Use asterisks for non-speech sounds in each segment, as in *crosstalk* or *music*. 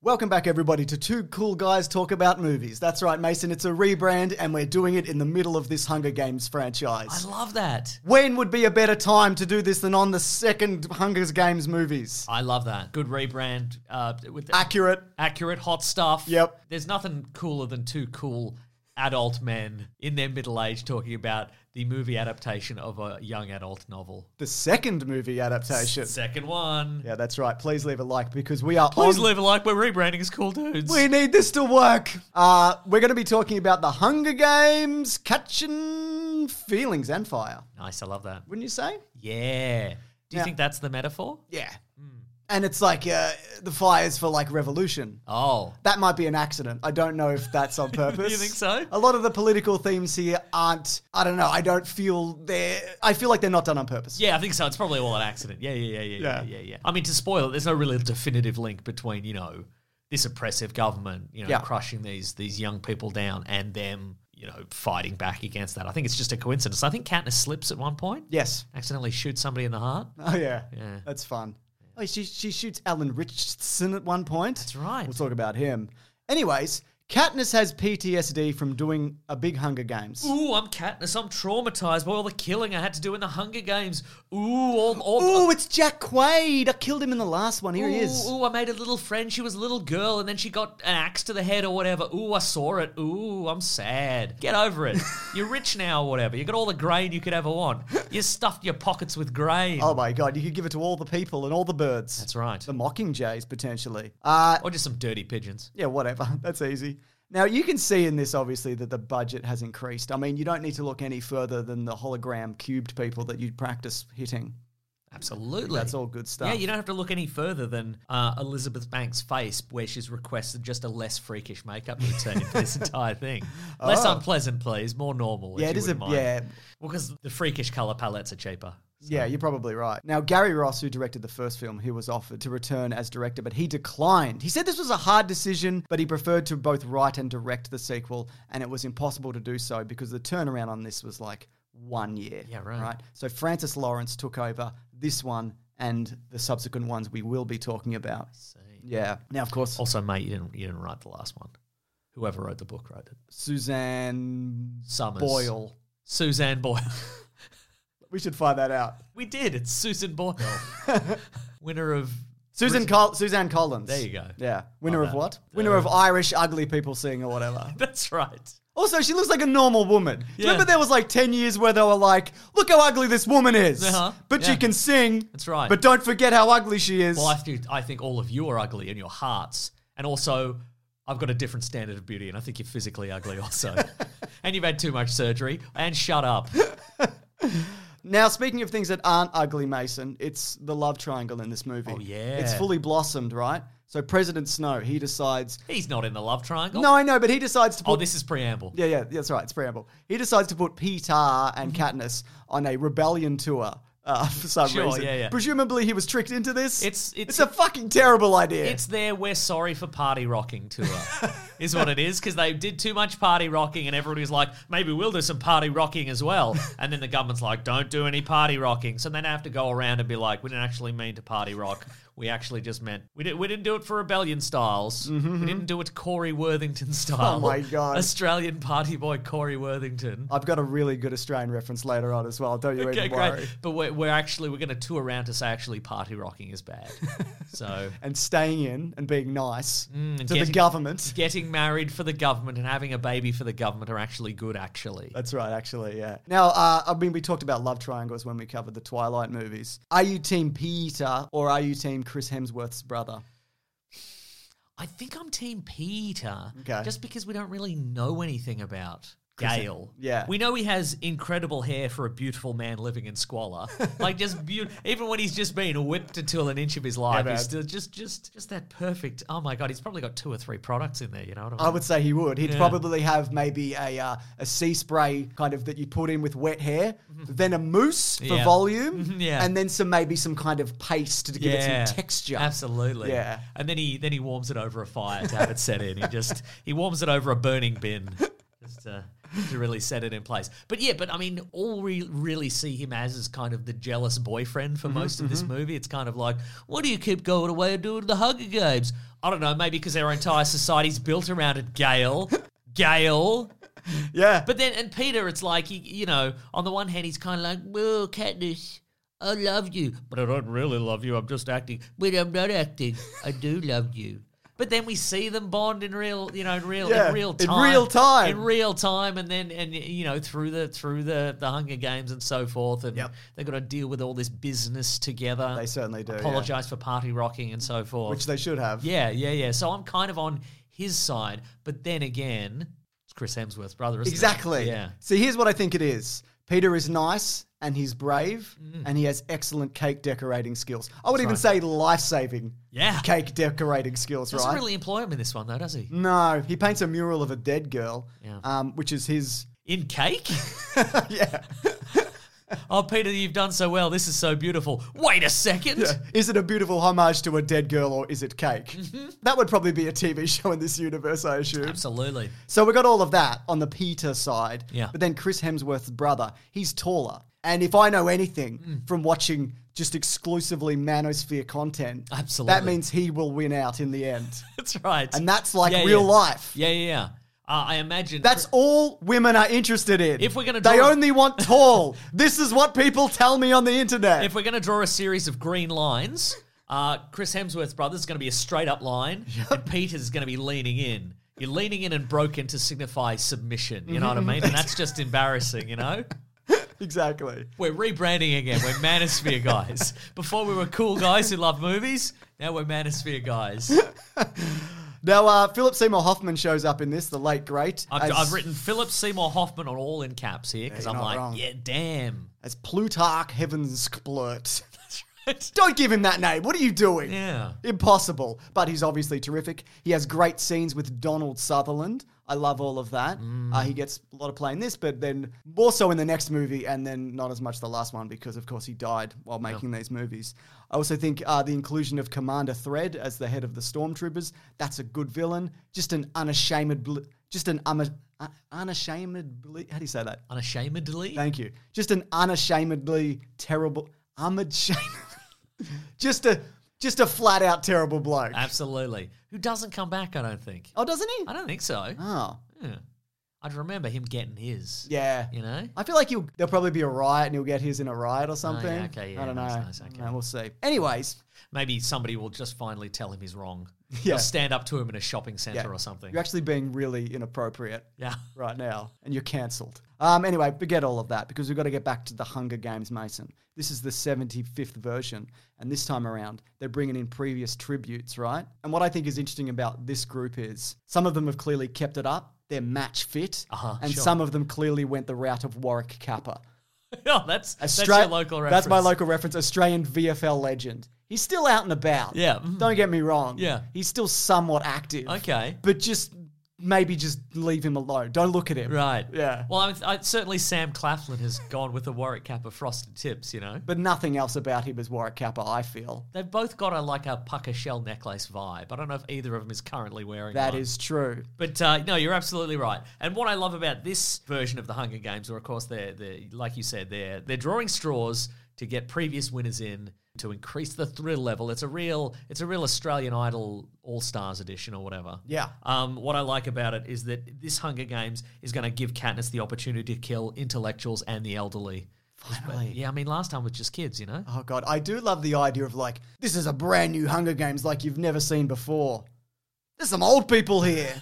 Welcome back, everybody, to Two Cool Guys Talk About Movies. That's right, Mason, it's a rebrand, and we're doing it in the middle of this Hunger Games I franchise. love that. when would be a better time to do this than on the second Hunger Games movies? I love that. Good rebrand. Uh, with Accurate. accurate hot stuff. Yep. There's nothing cooler than two cool adult men in their middle age talking about the movie adaptation of a young adult novel. The second movie adaptation. Second one. yeah, that's right. Please leave a like because we are Please on- leave a like. We're rebranding as cool dudes. We need this to work. Uh, we're going to be talking about the Hunger Games, catching feelings and fire. nice. I love that. Wouldn't you say? Yeah. Do you Yeah. think that's the metaphor? Yeah. And it's like uh, the fires for like revolution. Oh. That might be an accident. I don't know if that's on purpose. *laughs* You think so? A lot of the political themes here aren't. I don't know. I don't feel they're. I feel like they're not done on purpose. Yeah, I think so. It's probably all an accident. Yeah, yeah, yeah, yeah, Yeah. yeah, yeah, yeah. I mean, to spoil it, there's no really definitive link between you know this oppressive government, you know, Yeah. crushing these these young people down, and them, you know, fighting back against that. I think it's just a coincidence. I think Katniss slips at one point, Yes. accidentally shoots somebody in the heart. Oh yeah. Yeah. That's fun. Oh, she she shoots Alan Richardson at one point. That's right. We'll talk about him. Anyways, Katniss has PTSD from doing a big Hunger Games. Ooh, I'm Katniss. I'm traumatized by all the killing I had to do in the Hunger Games. Ooh, all, all Ooh, it's Jack Quaid. I killed him in the last one. Here he is. Ooh, ooh, I made a little friend. She was a little girl, and then she got an axe to the head or whatever. Ooh, I saw it. Ooh, I'm sad. Get *laughs* over it. You're rich now or whatever. You got all the grain you could ever want. You stuffed your pockets with grain. Oh my god, you could give it to all the people and all the birds. That's right. The mocking jays potentially. Uh Or just some dirty pigeons. yeah, whatever. *laughs* That's easy. Now you can see in this obviously that the budget has increased. I mean, you don't need to look any further than the hologram cubed people that you'd practice hitting. Absolutely. That's all good stuff. Yeah, you don't have to look any further than uh, Elizabeth Banks' face, where she's requested just a less freakish makeup routine *laughs* for this entire thing. Less unpleasant, please. More normal. if Oh. Yeah, it you is a wouldn't mind. yeah. Well, because the freakish color palettes are cheaper. Yeah, you're probably right. Now, Gary Ross, who directed the first film, he was offered to return as director, but he declined. He said this was a hard decision, but he preferred to both write and direct the sequel, and it was impossible to do so because the turnaround on this was like one year. Yeah, right. So Francis Lawrence took over this one and the subsequent ones we will be talking about. Yeah. Now, of course, Also, mate, you didn't you didn't write the last one. Whoever wrote the book wrote it. Suzanne Summers. Boyle. Suzanne Boyle. *laughs* We should find that out. we did. It's Susan Boyle. *laughs* Winner of Susan Col- Suzanne Collins. There you go. Yeah. Winner of bad. what? Winner of Irish Ugly People Sing or whatever. That's right. Also, she looks like a normal woman. Do you Yeah. Remember, there was like ten years where they were like, "Look how ugly this woman is," Uh-huh. but Yeah. she can sing. That's right. But don't forget how ugly she is. Well, I think I think all of you are ugly in your hearts, and also I've got a different standard of beauty, and I think you're physically ugly also. and you've had too much surgery. And shut up. now, speaking of things that aren't ugly, Mason, it's the love triangle in this movie. Oh, yeah. it's fully blossomed, right? So President Snow, he decides. He's not in the love triangle. No, I know, but he decides to put. Oh, this is preamble. Mm-hmm. yeah, yeah, that's right. It's preamble. He decides to put Peter and Katniss on a rebellion tour uh, *laughs* for some Sure, reason. yeah, yeah. Presumably he was tricked into this. It's- it's- a fucking terrible idea. It's their we're sorry for party rocking tour, *laughs* is what it is, because they did too much party rocking, and everybody was like, maybe we'll do some party rocking *laughs* as well. And then the government's like, don't do any party rocking. So then they have to go around and be like, we didn't actually mean to party rock. We actually just meant we didn't. We didn't do it for rebellion styles. We didn't do it Corey Worthington style. Mm-hmm, *laughs* Oh my God. Australian party boy Corey Worthington. I've got a really good Australian reference later on as well. Don't you Okay, even worry. great. But we're, we're actually we're going to tour around to say actually party rocking is *laughs* bad. So And staying in and being nice to the Mm, getting- government. getting married for the government and having a baby for the government are actually good, actually. That's right, actually, yeah. Now, uh, I mean, we talked about love triangles when we covered the Twilight movies. Are you Team Peter or are you Team Chris Hemsworth's brother? I think I'm Team Peter, Okay. uh, just because we don't really know anything about Gale. yeah. we know he has incredible hair for a beautiful man living *laughs* in squalor, like just beautiful. Even when he's just been whipped until an inch of his life, bad. he's still just, just, just that perfect. Oh my god, he's probably got two or three products in there. You know what I mean? I would say he would. He'd Yeah. probably have maybe a uh, a sea spray kind of that you put in with wet hair, then a mousse for Mm-hmm. Yeah. volume, Mhm, yeah. and then some maybe some kind of paste to give it some texture. Absolutely. Yeah. And then he then he warms it over a fire to have it set in. He just he warms it over a burning bin just to, to really set it in place. But yeah, but I mean, all we really see him as is kind of the jealous boyfriend Mm-hmm, for most of this movie. It's kind of like, what do you keep going away and doing the Hunger Games? I don't know, maybe because our entire society's built around it, Gail. Gail. Yeah, But then, and Peter, it's like, he, you know, on the one hand, he's kind of like, well, Katniss, I love you. But I don't really love you. I'm just acting. But I'm not acting. I do love you. But then we see them bond in real, you know, in real, Yeah, in real in time, real time. in real time, and then and you know through the through the the Hunger Games and so forth, and Yep. they've got to deal with all this business together. They certainly do, yeah. Apologize for party rocking and so forth. which they should have. Yeah, yeah, yeah. So I'm kind of on his side, but then again, it's Chris Hemsworth's brother, isn't it? exactly. Yeah. So here's what I think it is. Peter is nice and he's brave Mm. and he has excellent cake decorating skills. I would even say life saving Yeah. cake decorating skills, Doesn't right? really employ him in this one though, does he? no, he paints a mural of a dead girl, Yeah. um, which is his. *laughs* In cake? *laughs* yeah. oh, Peter, you've done so well. This is so beautiful. Wait a second. Yeah. *laughs* Is it a beautiful homage to a dead girl or is it cake? That would probably be a TV *laughs* show in this universe, I assume. Mm-hmm. Absolutely. *laughs* So we got all of that on the Peter side. Yeah. But then Chris Hemsworth's brother, he's taller. And if I know anything Hmm. from watching just exclusively Manosphere content, that Absolutely. means he will win out in the end. That's right. And that's like real life. Yeah, yeah, yeah. Uh, I imagine That's all women are interested in. If we're gonna they draw- only want tall. this is what people tell me on the internet. if we're going to draw a series of green lines, uh, Chris Hemsworth's brother's going to be a straight *laughs* up line, and Peter's going to be leaning in. You're leaning in and broken to signify submission. You know what I mean? And that's just embarrassing, you know? exactly. We're rebranding again. We're Manosphere guys. Before we were cool guys who love movies, now we're Manosphere guys. Now, uh, Philip Seymour Hoffman shows up in this, the late great, I've, as, I've written Philip Seymour Hoffman on all in caps here because you're I'm not like, wrong. yeah, damn. as Plutarch Heavenskblurt. That's Don't give him that name. What are you doing? Yeah. Impossible. But he's obviously terrific. He has great scenes with Donald Sutherland. I love all of that. Uh, he gets a lot of play in this, but then more so in the next movie, and then not as much the last one because, of course, he died while making these movies. I also think uh, the inclusion of Commander Thread as the head of the Stormtroopers. That's a good villain. Just an unashamed, bl- just an um, uh, unashamedly. How do you say that? unashamedly. Thank you. Just an unashamedly terrible, unashamedly, *laughs* just a just a flat out terrible bloke. Absolutely. Who doesn't come back, I don't think. Oh, doesn't he? I don't think so. Oh, Yeah. I'd remember him getting his. yeah. You know? I feel like he'll, there'll probably be a riot and he'll get his in a riot or something. okay, Oh, yeah, I don't know. nice, nice, okay. No, we'll see. Anyways, Maybe somebody will just finally tell him he's wrong. Yeah. Or stand up to him in a shopping yeah, center or something. you're actually being really inappropriate yeah. *laughs* right now and you're cancelled. Um, anyway, forget all of that because we've got to get back to the Hunger Games, Mason. This is the 75th version, and this time around, they're bringing in previous tributes, right? And what I think is interesting about this group is some of them have clearly kept it up, they're match fit, Uh-huh, and sure. some of them clearly went the route of Warwick Kappa. oh, that's, that's Austra- your local reference. That's my local reference. Australian VFL legend. He's still out and about. Yeah, mhm. Don't get me wrong. Yeah. He's still somewhat active. Okay. But just maybe just leave him alone. Don't look at him. Right. Yeah. Well, I, I, certainly Sam Claflin has gone with the Warwick Kappa frosted tips. You know, But nothing else about him is Warwick Kappa, I feel. they've both got a like a pucker shell necklace vibe. I don't know if either of them is currently wearing That one. is true. But uh, no, you're absolutely right. And what I love about this version of the Hunger Games, or of course they're, they're like you said, they're they're drawing straws to get previous winners in to increase the thrill level. It's a real it's a real Australian Idol All Stars edition or whatever. Yeah. Um, what I like about it is that this Hunger Games is going to give Katniss the opportunity to kill intellectuals and the elderly. Finally. Yeah, I mean, last time was just kids, you know. *laughs* Oh god, I do love the idea of like this is a brand new Hunger Games like you've never seen before. There's some old people here.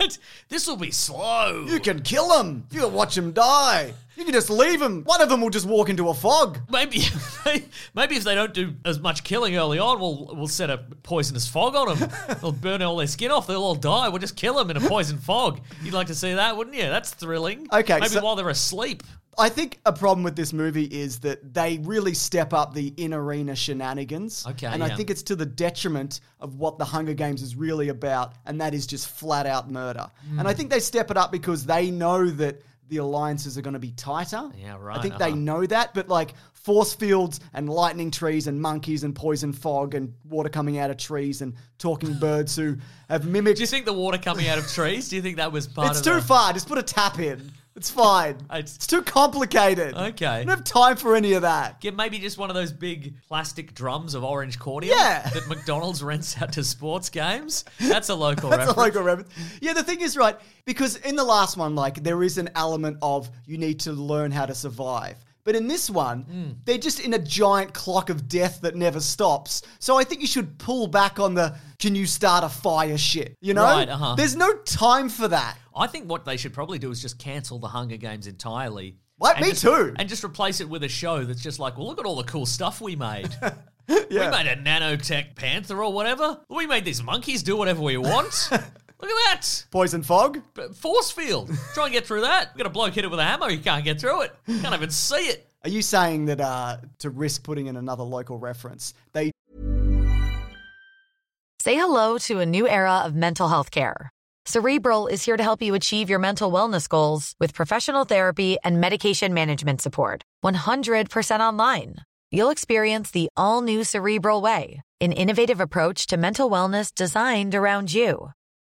this will be slow. You can kill them. You can watch them die. You can just leave them. One of them will just walk into a fog. Maybe, *laughs* maybe if they don't do as much killing early on, we'll we'll set a poisonous fog on *laughs* them. They'll burn all their skin off. They'll all die. We'll just kill them in a poison fog. You'd like to see that, wouldn't you? That's thrilling. Okay, maybe so- while they're asleep. I think a problem with this movie is that they really step up the in arena shenanigans. Okay, And I yeah. think it's to the detriment of what the Hunger Games is really about, and that is just flat out murder. Hmm. And I think they step it up because they know that the alliances are going to be tighter. Yeah, right, I think they uh-huh. know that, but like force fields and lightning trees and monkeys and poison fog and water coming out of trees and *sighs* talking birds who have mimicked. Do you think the water coming out of trees? Do you think that was part It's of? too the- far. Just put a tap in. It's *laughs* fine. It's- it's, too complicated. Okay. I don't have time for any of that. Get maybe just one of those big plastic drums of orange cordial Yeah. *laughs* that McDonald's rents out to sports games. That's a local That's reference. a local reference. Yeah, the thing is, right, because in the last one, like, there is an element of you need to learn how to survive. But in this one, Hmm. they're just in a giant clock of death that never stops. So I think you should pull back on the can you start a fire shit. You know? Right, uh-huh. There's no time for that. I think what they should probably do is just cancel the Hunger Games entirely. What? And Me just- too. And just replace it with a show that's just like, well, look at all the cool stuff we made. *laughs* Yeah. We made a nanotech panther or whatever. We made these monkeys do whatever we want. *laughs* look at that. Poison fog? B- Force field. Try and get through that. We got a bloke hit it with a hammer. He can't get through it. Can't even see it. Are you saying that uh, to risk putting in another local reference, they Say hello to a new era of mental health care. Cerebral is here to help you achieve your mental wellness goals with professional therapy and medication management support. 100% online. You'll experience the all new Cerebral Way, an innovative approach to mental wellness designed around you.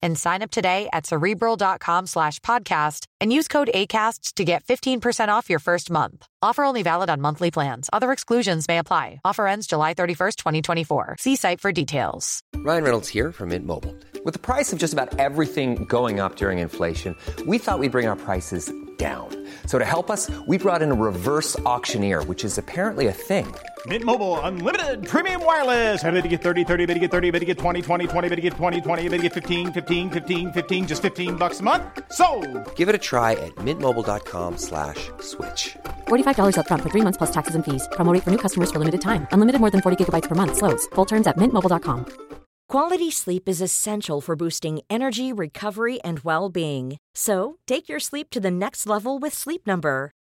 and sign up today at cerebral.com slash podcast and use code ACAST to get 15% off your first month. Offer only valid on monthly plans. Other exclusions may apply. Offer ends July 31st, 2024. See site for details. Ryan Reynolds here from Mint Mobile. With the price of just about everything going up during inflation, we thought we'd bring our prices down. So to help us, we brought in a reverse auctioneer, which is apparently a thing. Mint Mobile unlimited premium wireless. Ready to get 30, 30, ready to get 30, ready to get 20, 20, 20, ready to get 20, 20, ready to get 15, 15, 15, 15 just 15 bucks a month. So, Give it a try at mintmobile.com slash switch. $45 upfront for three months plus taxes and fees. Promo rate for new customers for limited time. Unlimited more than 40 gigabytes per month. Slows. Full terms at mintmobile.com. Quality sleep is essential for boosting energy, recovery, and well being. So, take your sleep to the next level with Sleep Number.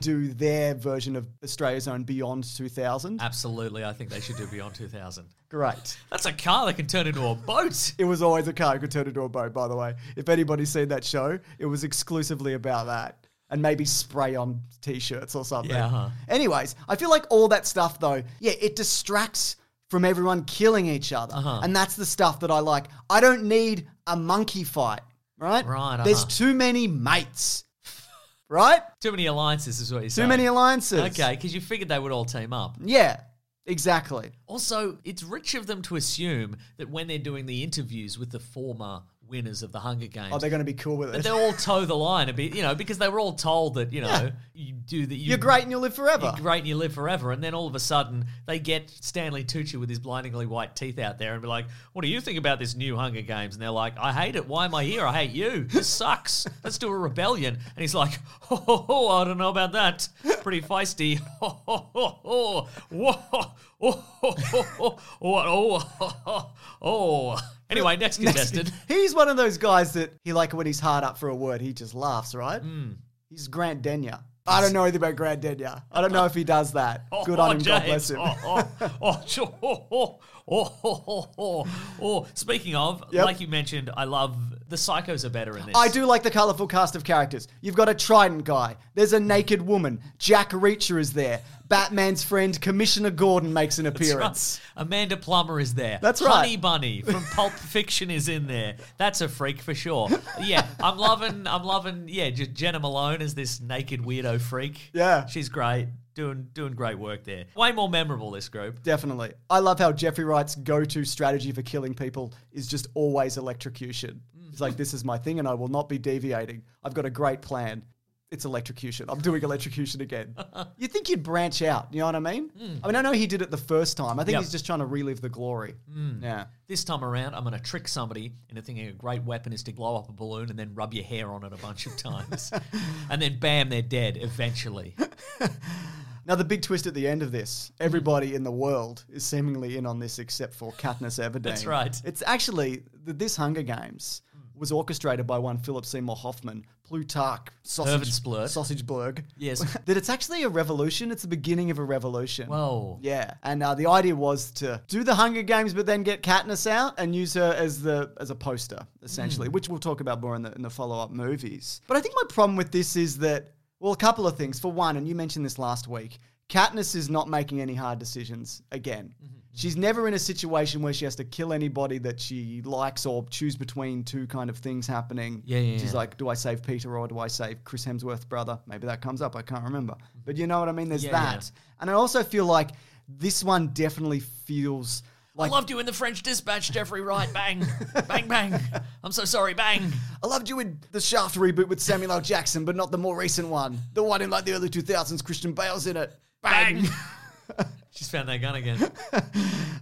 Do their version of Australia's own Beyond 2000. Uh, Absolutely, I think they should do Beyond 2000. Great. That's a car that can turn into a boat. It was always a car who could turn into a boat, by the way. If anybody's seen that show, it was exclusively about that. And maybe spray on t shirts or something. Yeah, uh-huh. Anyways, I feel like all that stuff, though, yeah, it distracts from everyone killing each other. Uh-huh. And that's the stuff that I like. I don't need a monkey fight, right? Right, There's uh-huh. too many mates, right? Too many alliances is what you're Too saying. many alliances. Okay, because you figured they would all team up. Yeah, exactly. Also, it's rich of them to assume that when they're doing the interviews with the former winners of the Hunger Games, Oh, they're going to be cool with that it. they all toe the line a bit, you know, because they were all told that you know Yeah. you do that. You, You're great and you'll live forever. You're great and you live forever, and then all of a sudden they get Stanley Tucci with his blindingly white teeth out there and be like, "What do you think about this new Hunger Games?" And they're like, "I hate it. Why am I here? I hate you. This sucks. Let's do a rebellion." And he's like, *laughs* "Ho ho ho! I don't know about that. Pretty feisty. *laughs* Ho ho ho ho! Whoa! Ho ho ho ho! What? Oh! ho, ho, Oh!" Anyway, next contestant. *laughs* He's one of those guys that he like when he's hard up for a word, he just laughs, right? He's Grant Denyer. I don't know anything about Grant Denyer. I don't know if he does that. Good on him. God bless him. Oh, oh, oh, oh, oh, oh, oh, oh, oh. Speaking of, Yep. like you mentioned, I love the psychos are better in this. *laughs* I do like the colourful cast of characters. You've got a Trident guy. There's a naked woman. Jack Reacher is there. Batman's friend Commissioner Gordon makes an appearance. Amanda Plummer is there. That's Honey right. Bunny from *laughs* Pulp Fiction is in there. That's a freak for sure. Yeah, I'm loving. I'm loving. Yeah, J- Jenna Malone is this naked weirdo freak. Yeah. she's great. Doing doing great work there. Way more memorable this group. Definitely. I love how Jeffrey Wright's go-to strategy for killing people is just always electrocution. It's like this is my thing and I will not be deviating. I've got a great plan. It's electrocution. I'm doing electrocution again. you think you'd branch out, you know what I mean? I mean, I know he did it the first time. I think Yep. he's just trying to relive the glory. Yeah. This time around, I'm going to trick somebody into thinking a great weapon is to blow up a balloon and then rub your hair on it a *laughs* bunch of times. and then bam, they're dead eventually. Now the big twist at the end of this, Hmm. everybody in the world is seemingly in on this except for Katniss Everdeen. *laughs* That's right. Hmm. It's actually th- this Hunger Games was orchestrated by one Philip Seymour Hoffman, Plutarch, sausage, Hervansplurt. sausage blurg. Yes. *laughs* that it's actually a revolution. It's the beginning of a revolution. Whoa. Yeah, and uh, the idea was to do the Hunger Games, but then get Katniss out and use her as the as a poster, essentially, Hmm. which we'll talk about more in the in the follow up movies. But I think my problem with this is that, well, a couple of things. For one, and you mentioned this last week, Katniss is not making any hard decisions again. Mm-hmm. She's never in a situation where she has to kill anybody that she likes or choose between two kind of things happening. Yeah, yeah, She's yeah. like, do I save Peter or do I save Chris Hemsworth's brother? Maybe that comes up. I can't remember. But you know what I mean? There's Mm-hmm. Yeah, yeah. that. And I also feel like this one definitely feels like I loved you in the French Dispatch, Jeffrey Wright. Bang, bang, bang. I'm so sorry. Bang. I loved you in the Shaft reboot with Samuel L. Jackson, but not the more recent one. The one in like the early 2000s, Christian Bale's in it. *laughs* Bang. She's found that gun again.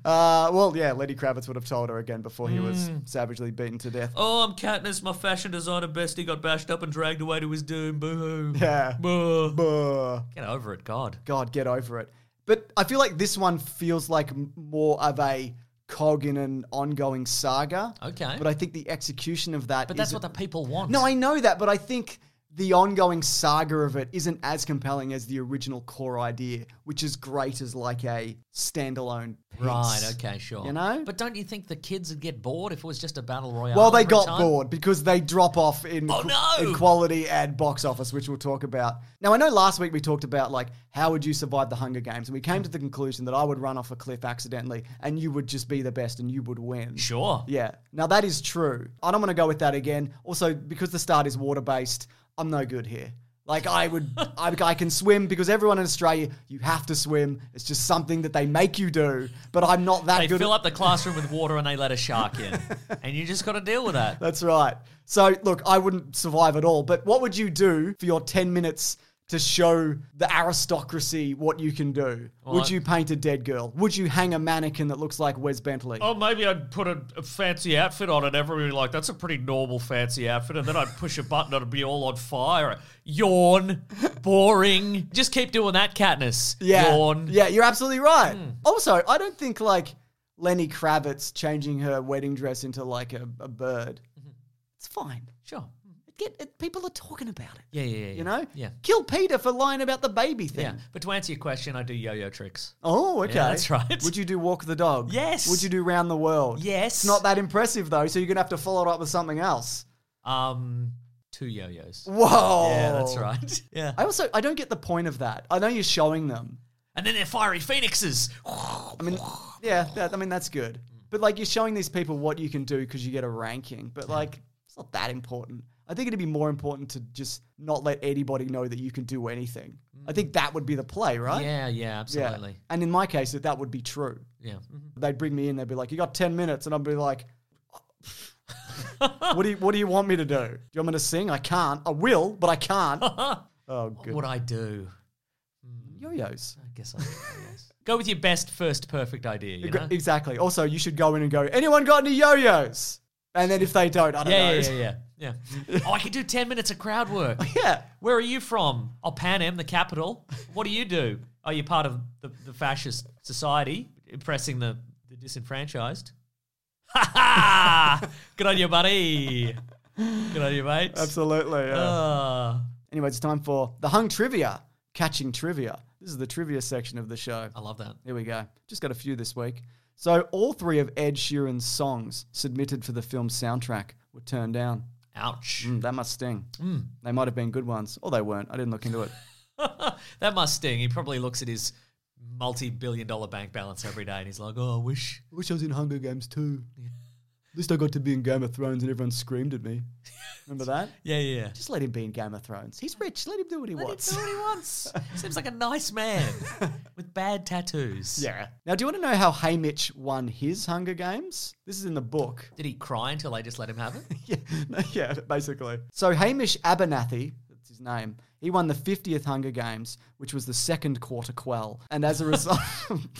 Uh, well, yeah, Lenny Kravitz would have told her again before he was savagely beaten to death. Mm. Oh, I'm Katniss, my fashion designer bestie got bashed up and dragged away to his doom. Boo hoo. Yeah. Boo. Buh. Get over it, God. God, get over it. But I feel like this one feels like m- more of a cog in an ongoing saga. Okay. But I think the execution of that. But that's isn't- what the people want. No, I know that, but I think the ongoing saga of it isn't as compelling as the original core idea, which is great as like a standalone. Piece. Right, okay, sure. You know? But don't you think the kids would get bored if it was just a battle royale? Well, they every got time? bored because they drop off in, Oh, qu- no! in quality and box office, which we'll talk about. Now, I know last week we talked about like how would you survive the Hunger Games, and we came to the conclusion that I would run off a cliff accidentally, and you would just be the best, and you would win. Sure. Yeah. Now that is true. I don't want to go with that again. Also, because the start is water based, I'm no good here. Like I *laughs* would, I, I can swim because everyone in Australia, you have to swim. It's just something that they make you do. But I'm not that They good. fill at- up the classroom with water and they let a shark *laughs* in. and you just got to deal with that. That's right. So look, I wouldn't survive at all. But what would you do for your ten minutes to show the aristocracy what you can do? would I- you paint a dead girl? Would you hang a mannequin that looks like Wes Bentley? Oh, maybe I'd put a, a fancy outfit on and everybody would be like, that's a pretty normal fancy outfit. And then I'd push a button and it'd be all on fire. Yawn. Boring. Just keep doing that, Katniss. Yeah. Yawn. Yeah, you're absolutely right. Hmm. Also, I don't think like Lenny Kravitz changing her wedding dress into like a, a bird. Mm-hmm. It's fine. Sure. Get it, people are talking about it. Yeah, yeah, yeah. yeah. You know? Yeah. Kill Peter for lying about the baby thing. Yeah. But to answer your question, I do yo yo tricks. Oh, okay. Yeah, that's right. Would you do Walk the Dog? Yes. Would you do Round the World? Yes. It's not that impressive though, so you're gonna have to follow it up with something else. Um, two yo yos. Whoa. Yeah, that's right. *laughs* Yeah. I also I don't get the point of that. I know you're showing them. And then they're fiery phoenixes. I mean, yeah, that, I mean that's good. But like you're showing these people what you can do because you get a ranking. But like it's not that important. I think it'd be more important to just not let anybody know that you can do anything. I think that would be the play, right? Mm. Yeah, yeah, Yeah. absolutely. And in my case, that that would be true. Yeah. They'd bring me in. They'd be like, "You got ten minutes," and I'd be *laughs* like. what do you What do you want me to do? Do you want me to sing? I can't. I will, but I *laughs* can't. oh, What good. would I do? Yo-yos. I guess I yes. *laughs* go with your best first perfect idea. You Ex- *laughs* know? Exactly. Also, you should go in and go, anyone got any yo-yos? And then if they don't, I don't Yeah, know. *laughs* yeah, yeah, yeah. *laughs* yeah. oh, I could do ten minutes of crowd work. Yeah. Where are you from? Oh, Pan Am, the capital. What do you do? Oh, you're part of the, the fascist society, oppressing the, the disenfranchised. Ha *laughs* ha! Good on you, buddy. Good on you, mate. Absolutely. yeah. Uh, anyway, it's time for the hung trivia, catching trivia. This is the trivia section of the show. I love that. Here we go. Just got a few this week. So all three of Ed Sheeran's songs submitted for the film's soundtrack were turned down. Ouch. Mm, that must sting. They might have been good ones, or they weren't. I didn't look into it. that must sting. He probably looks at his multi-billion dollar bank balance every day and he's like, oh, I wish. *laughs* Wish I was in Hunger Games too. At least I got to be in Game of Thrones and everyone screamed at me. Remember that? Yeah, yeah, yeah. Just let him be in Game of Thrones. He's rich. Let him do what he Let him wants. do what he wants. Seems like a nice man with bad tattoos. *laughs* Yeah. Now, do you want to know how Haymitch won his Hunger Games? This is in the book. Did he cry until they just let him *laughs* have it? yeah, yeah, basically. So Hamish Abernathy, that's his name, he won the 50th Hunger Games, which was the second quarter quell. And as a result. *laughs*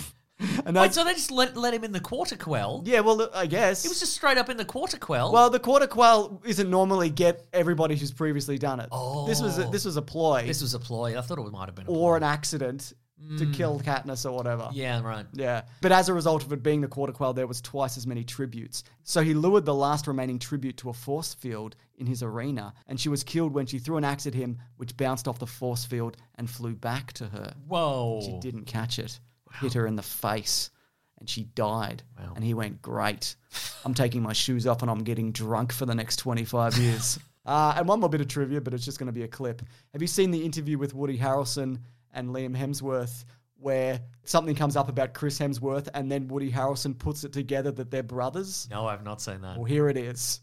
and Wait, that's, so they just let, let him in the quarter quell? yeah, well, I guess. It was just straight up in the quarter quell. Well, the quarter quell isn't normally get everybody who's previously done it. This was a, Oh. this was a ploy this Hmm. was a ploy. I thought it might have been a or ploy. an accident to kill Katniss or whatever. Yeah, right. Yeah. But as a result of it being the quarter quell, there was twice as many tributes. So he lured the last remaining tribute to a force field in his arena, and she was killed when she threw an axe at him, which bounced off the force field and flew back to her. Whoa. She didn't catch it, hit her in the face, and she died. And he went, Great. I'm taking my shoes off and I'm getting drunk for the next 25 years. uh, and one more bit of trivia, but it's just going to be a clip. Have you seen the interview with Woody Harrelson and Liam Hemsworth? Where something comes up about Chris Hemsworth, and then Woody Harrelson puts it together that they're brothers. No, I've not seen that. Well, here it is.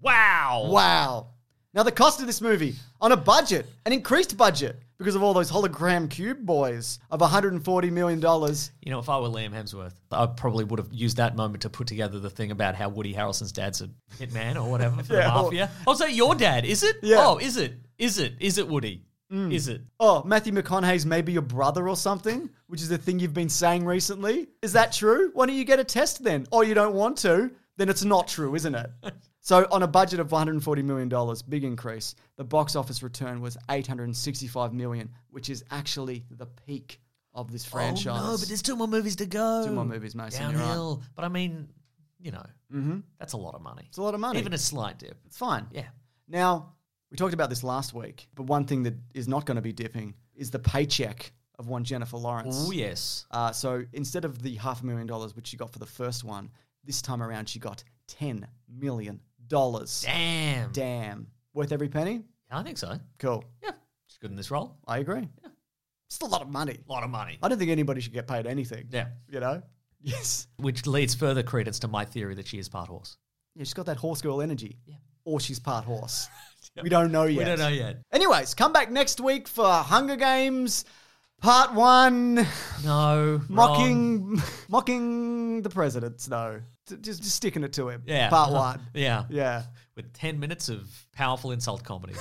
Wow. Wow. Now, the cost of this movie on a budget, an increased budget, because of all those hologram cube boys of $140 million. You know, if I were Liam Hemsworth, I probably would have used that moment to put together the thing about how Woody Harrelson's dad's a hitman or whatever *laughs* for Yeah, the or- mafia. Oh, so your dad, is it? Yeah. Oh, is it? Is it? Is it Woody? is it? Oh, Matthew McConaughey's maybe your brother or something, which is a thing you've been saying recently. Is that true? Why don't you get a test then? Or you don't want to, then it's not true, isn't *laughs* it? so, on a budget of $140 million, big increase, the box office return was $865 million, which is actually the peak of this franchise. Oh, no, but there's two more movies to go. Two more movies, Mason, you're right. Mm-hmm. Downhill. But I mean, you know, that's a lot of money. it's a lot of money. Even a slight dip. it's fine. Yeah. Now, we talked about this last week, but one thing that is not going to be dipping is the paycheck of one Jennifer Lawrence. Oh, yes. Uh, so instead of the half a million dollars which she got for the first one, this time around she got ten million dollars. Damn. Damn, worth every penny. Yeah, I think so. Cool, Yeah. She's good in this role. I agree. It's a lot of money. A lot of money. I don't think anybody should get paid anything. Yeah. you know. Yes. Which leads further credence to my theory that she is part horse. Yeah, she's got that horse girl energy. Yeah. Or she's part *laughs* horse. We don't know yet. We don't know yet. Anyways, come back next week for Hunger Games Part One. No. wrong. Mocking, *laughs* mocking the presidents. No, T- just, just sticking it to him. Yeah. Part *laughs* one. Yeah. Yeah. With 10 minutes of powerful *laughs* insult comedy.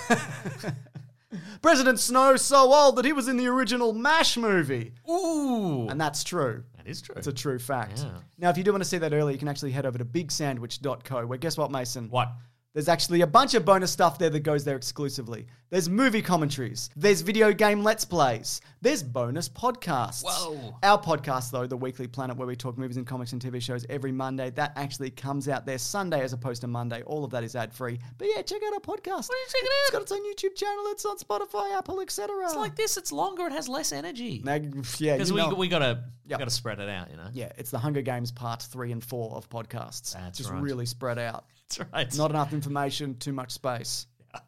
President Snow so old that he was in the original MASH movie. Ooh. And that's true. that is true. It's a true fact. Yeah. Now, if you do want to see that earlier, you can actually head over to bigsandwich.co, where guess what, Mason? What? There's actually a bunch of bonus stuff there that goes there exclusively. There's movie commentaries. There's video game let's plays. There's bonus podcasts. Whoa. Our podcast, though, the Weekly Planet, where we talk movies and comics and TV shows every Monday, that actually comes out there Sunday as opposed to Monday. All of that is ad free. But yeah, check out our podcast. What are you checking out? It's got its own YouTube channel. It's on Spotify, Apple, etc. It's like this. It's longer. It has less energy. Now, yeah, Because you we, know- we gotta Yeah. we gotta spread it out, you know. yeah, it's the Hunger Games part three and four of podcasts. That's just right. really spread out. That's right. Not enough information, too much space.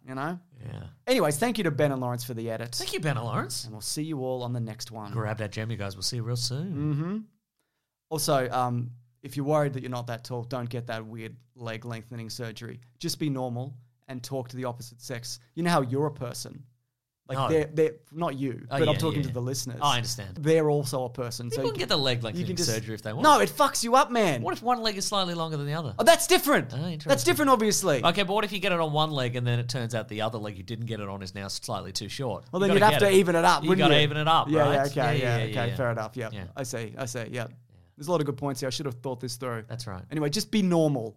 You know. yeah. Anyways, thank you to Ben and Lawrence for the edit, Thank you, Ben Lawrence. and we'll see you all on the next one. Grab that gem, you guys. We'll see you real Mm-hmm. soon. Also, um, if you're worried that you're not that tall, don't get that weird leg lengthening surgery. Just be normal and talk to the opposite sex. You know how you're a person. Like No. they're they're not you, Oh, but I'm yeah, talking yeah. to the listeners. I understand. They're also a person. People can get the leg lengthening surgery if they want. No, it fucks you up, man. What if one leg is slightly longer than the other? Oh, that's different. Oh, that's interesting. different, obviously. Okay, but what if you get it on one leg and then it turns out the other leg you didn't get it on is now slightly too short? Well, You then gotta you'd have get to even it up. You wouldn't gotta even it up, Yeah, right? yeah, okay, yeah, okay, yeah. fair enough. Yeah. Yeah. I see, I see. Yeah. there's a lot of good points here. I should have thought this through. That's right. Anyway, just be normal.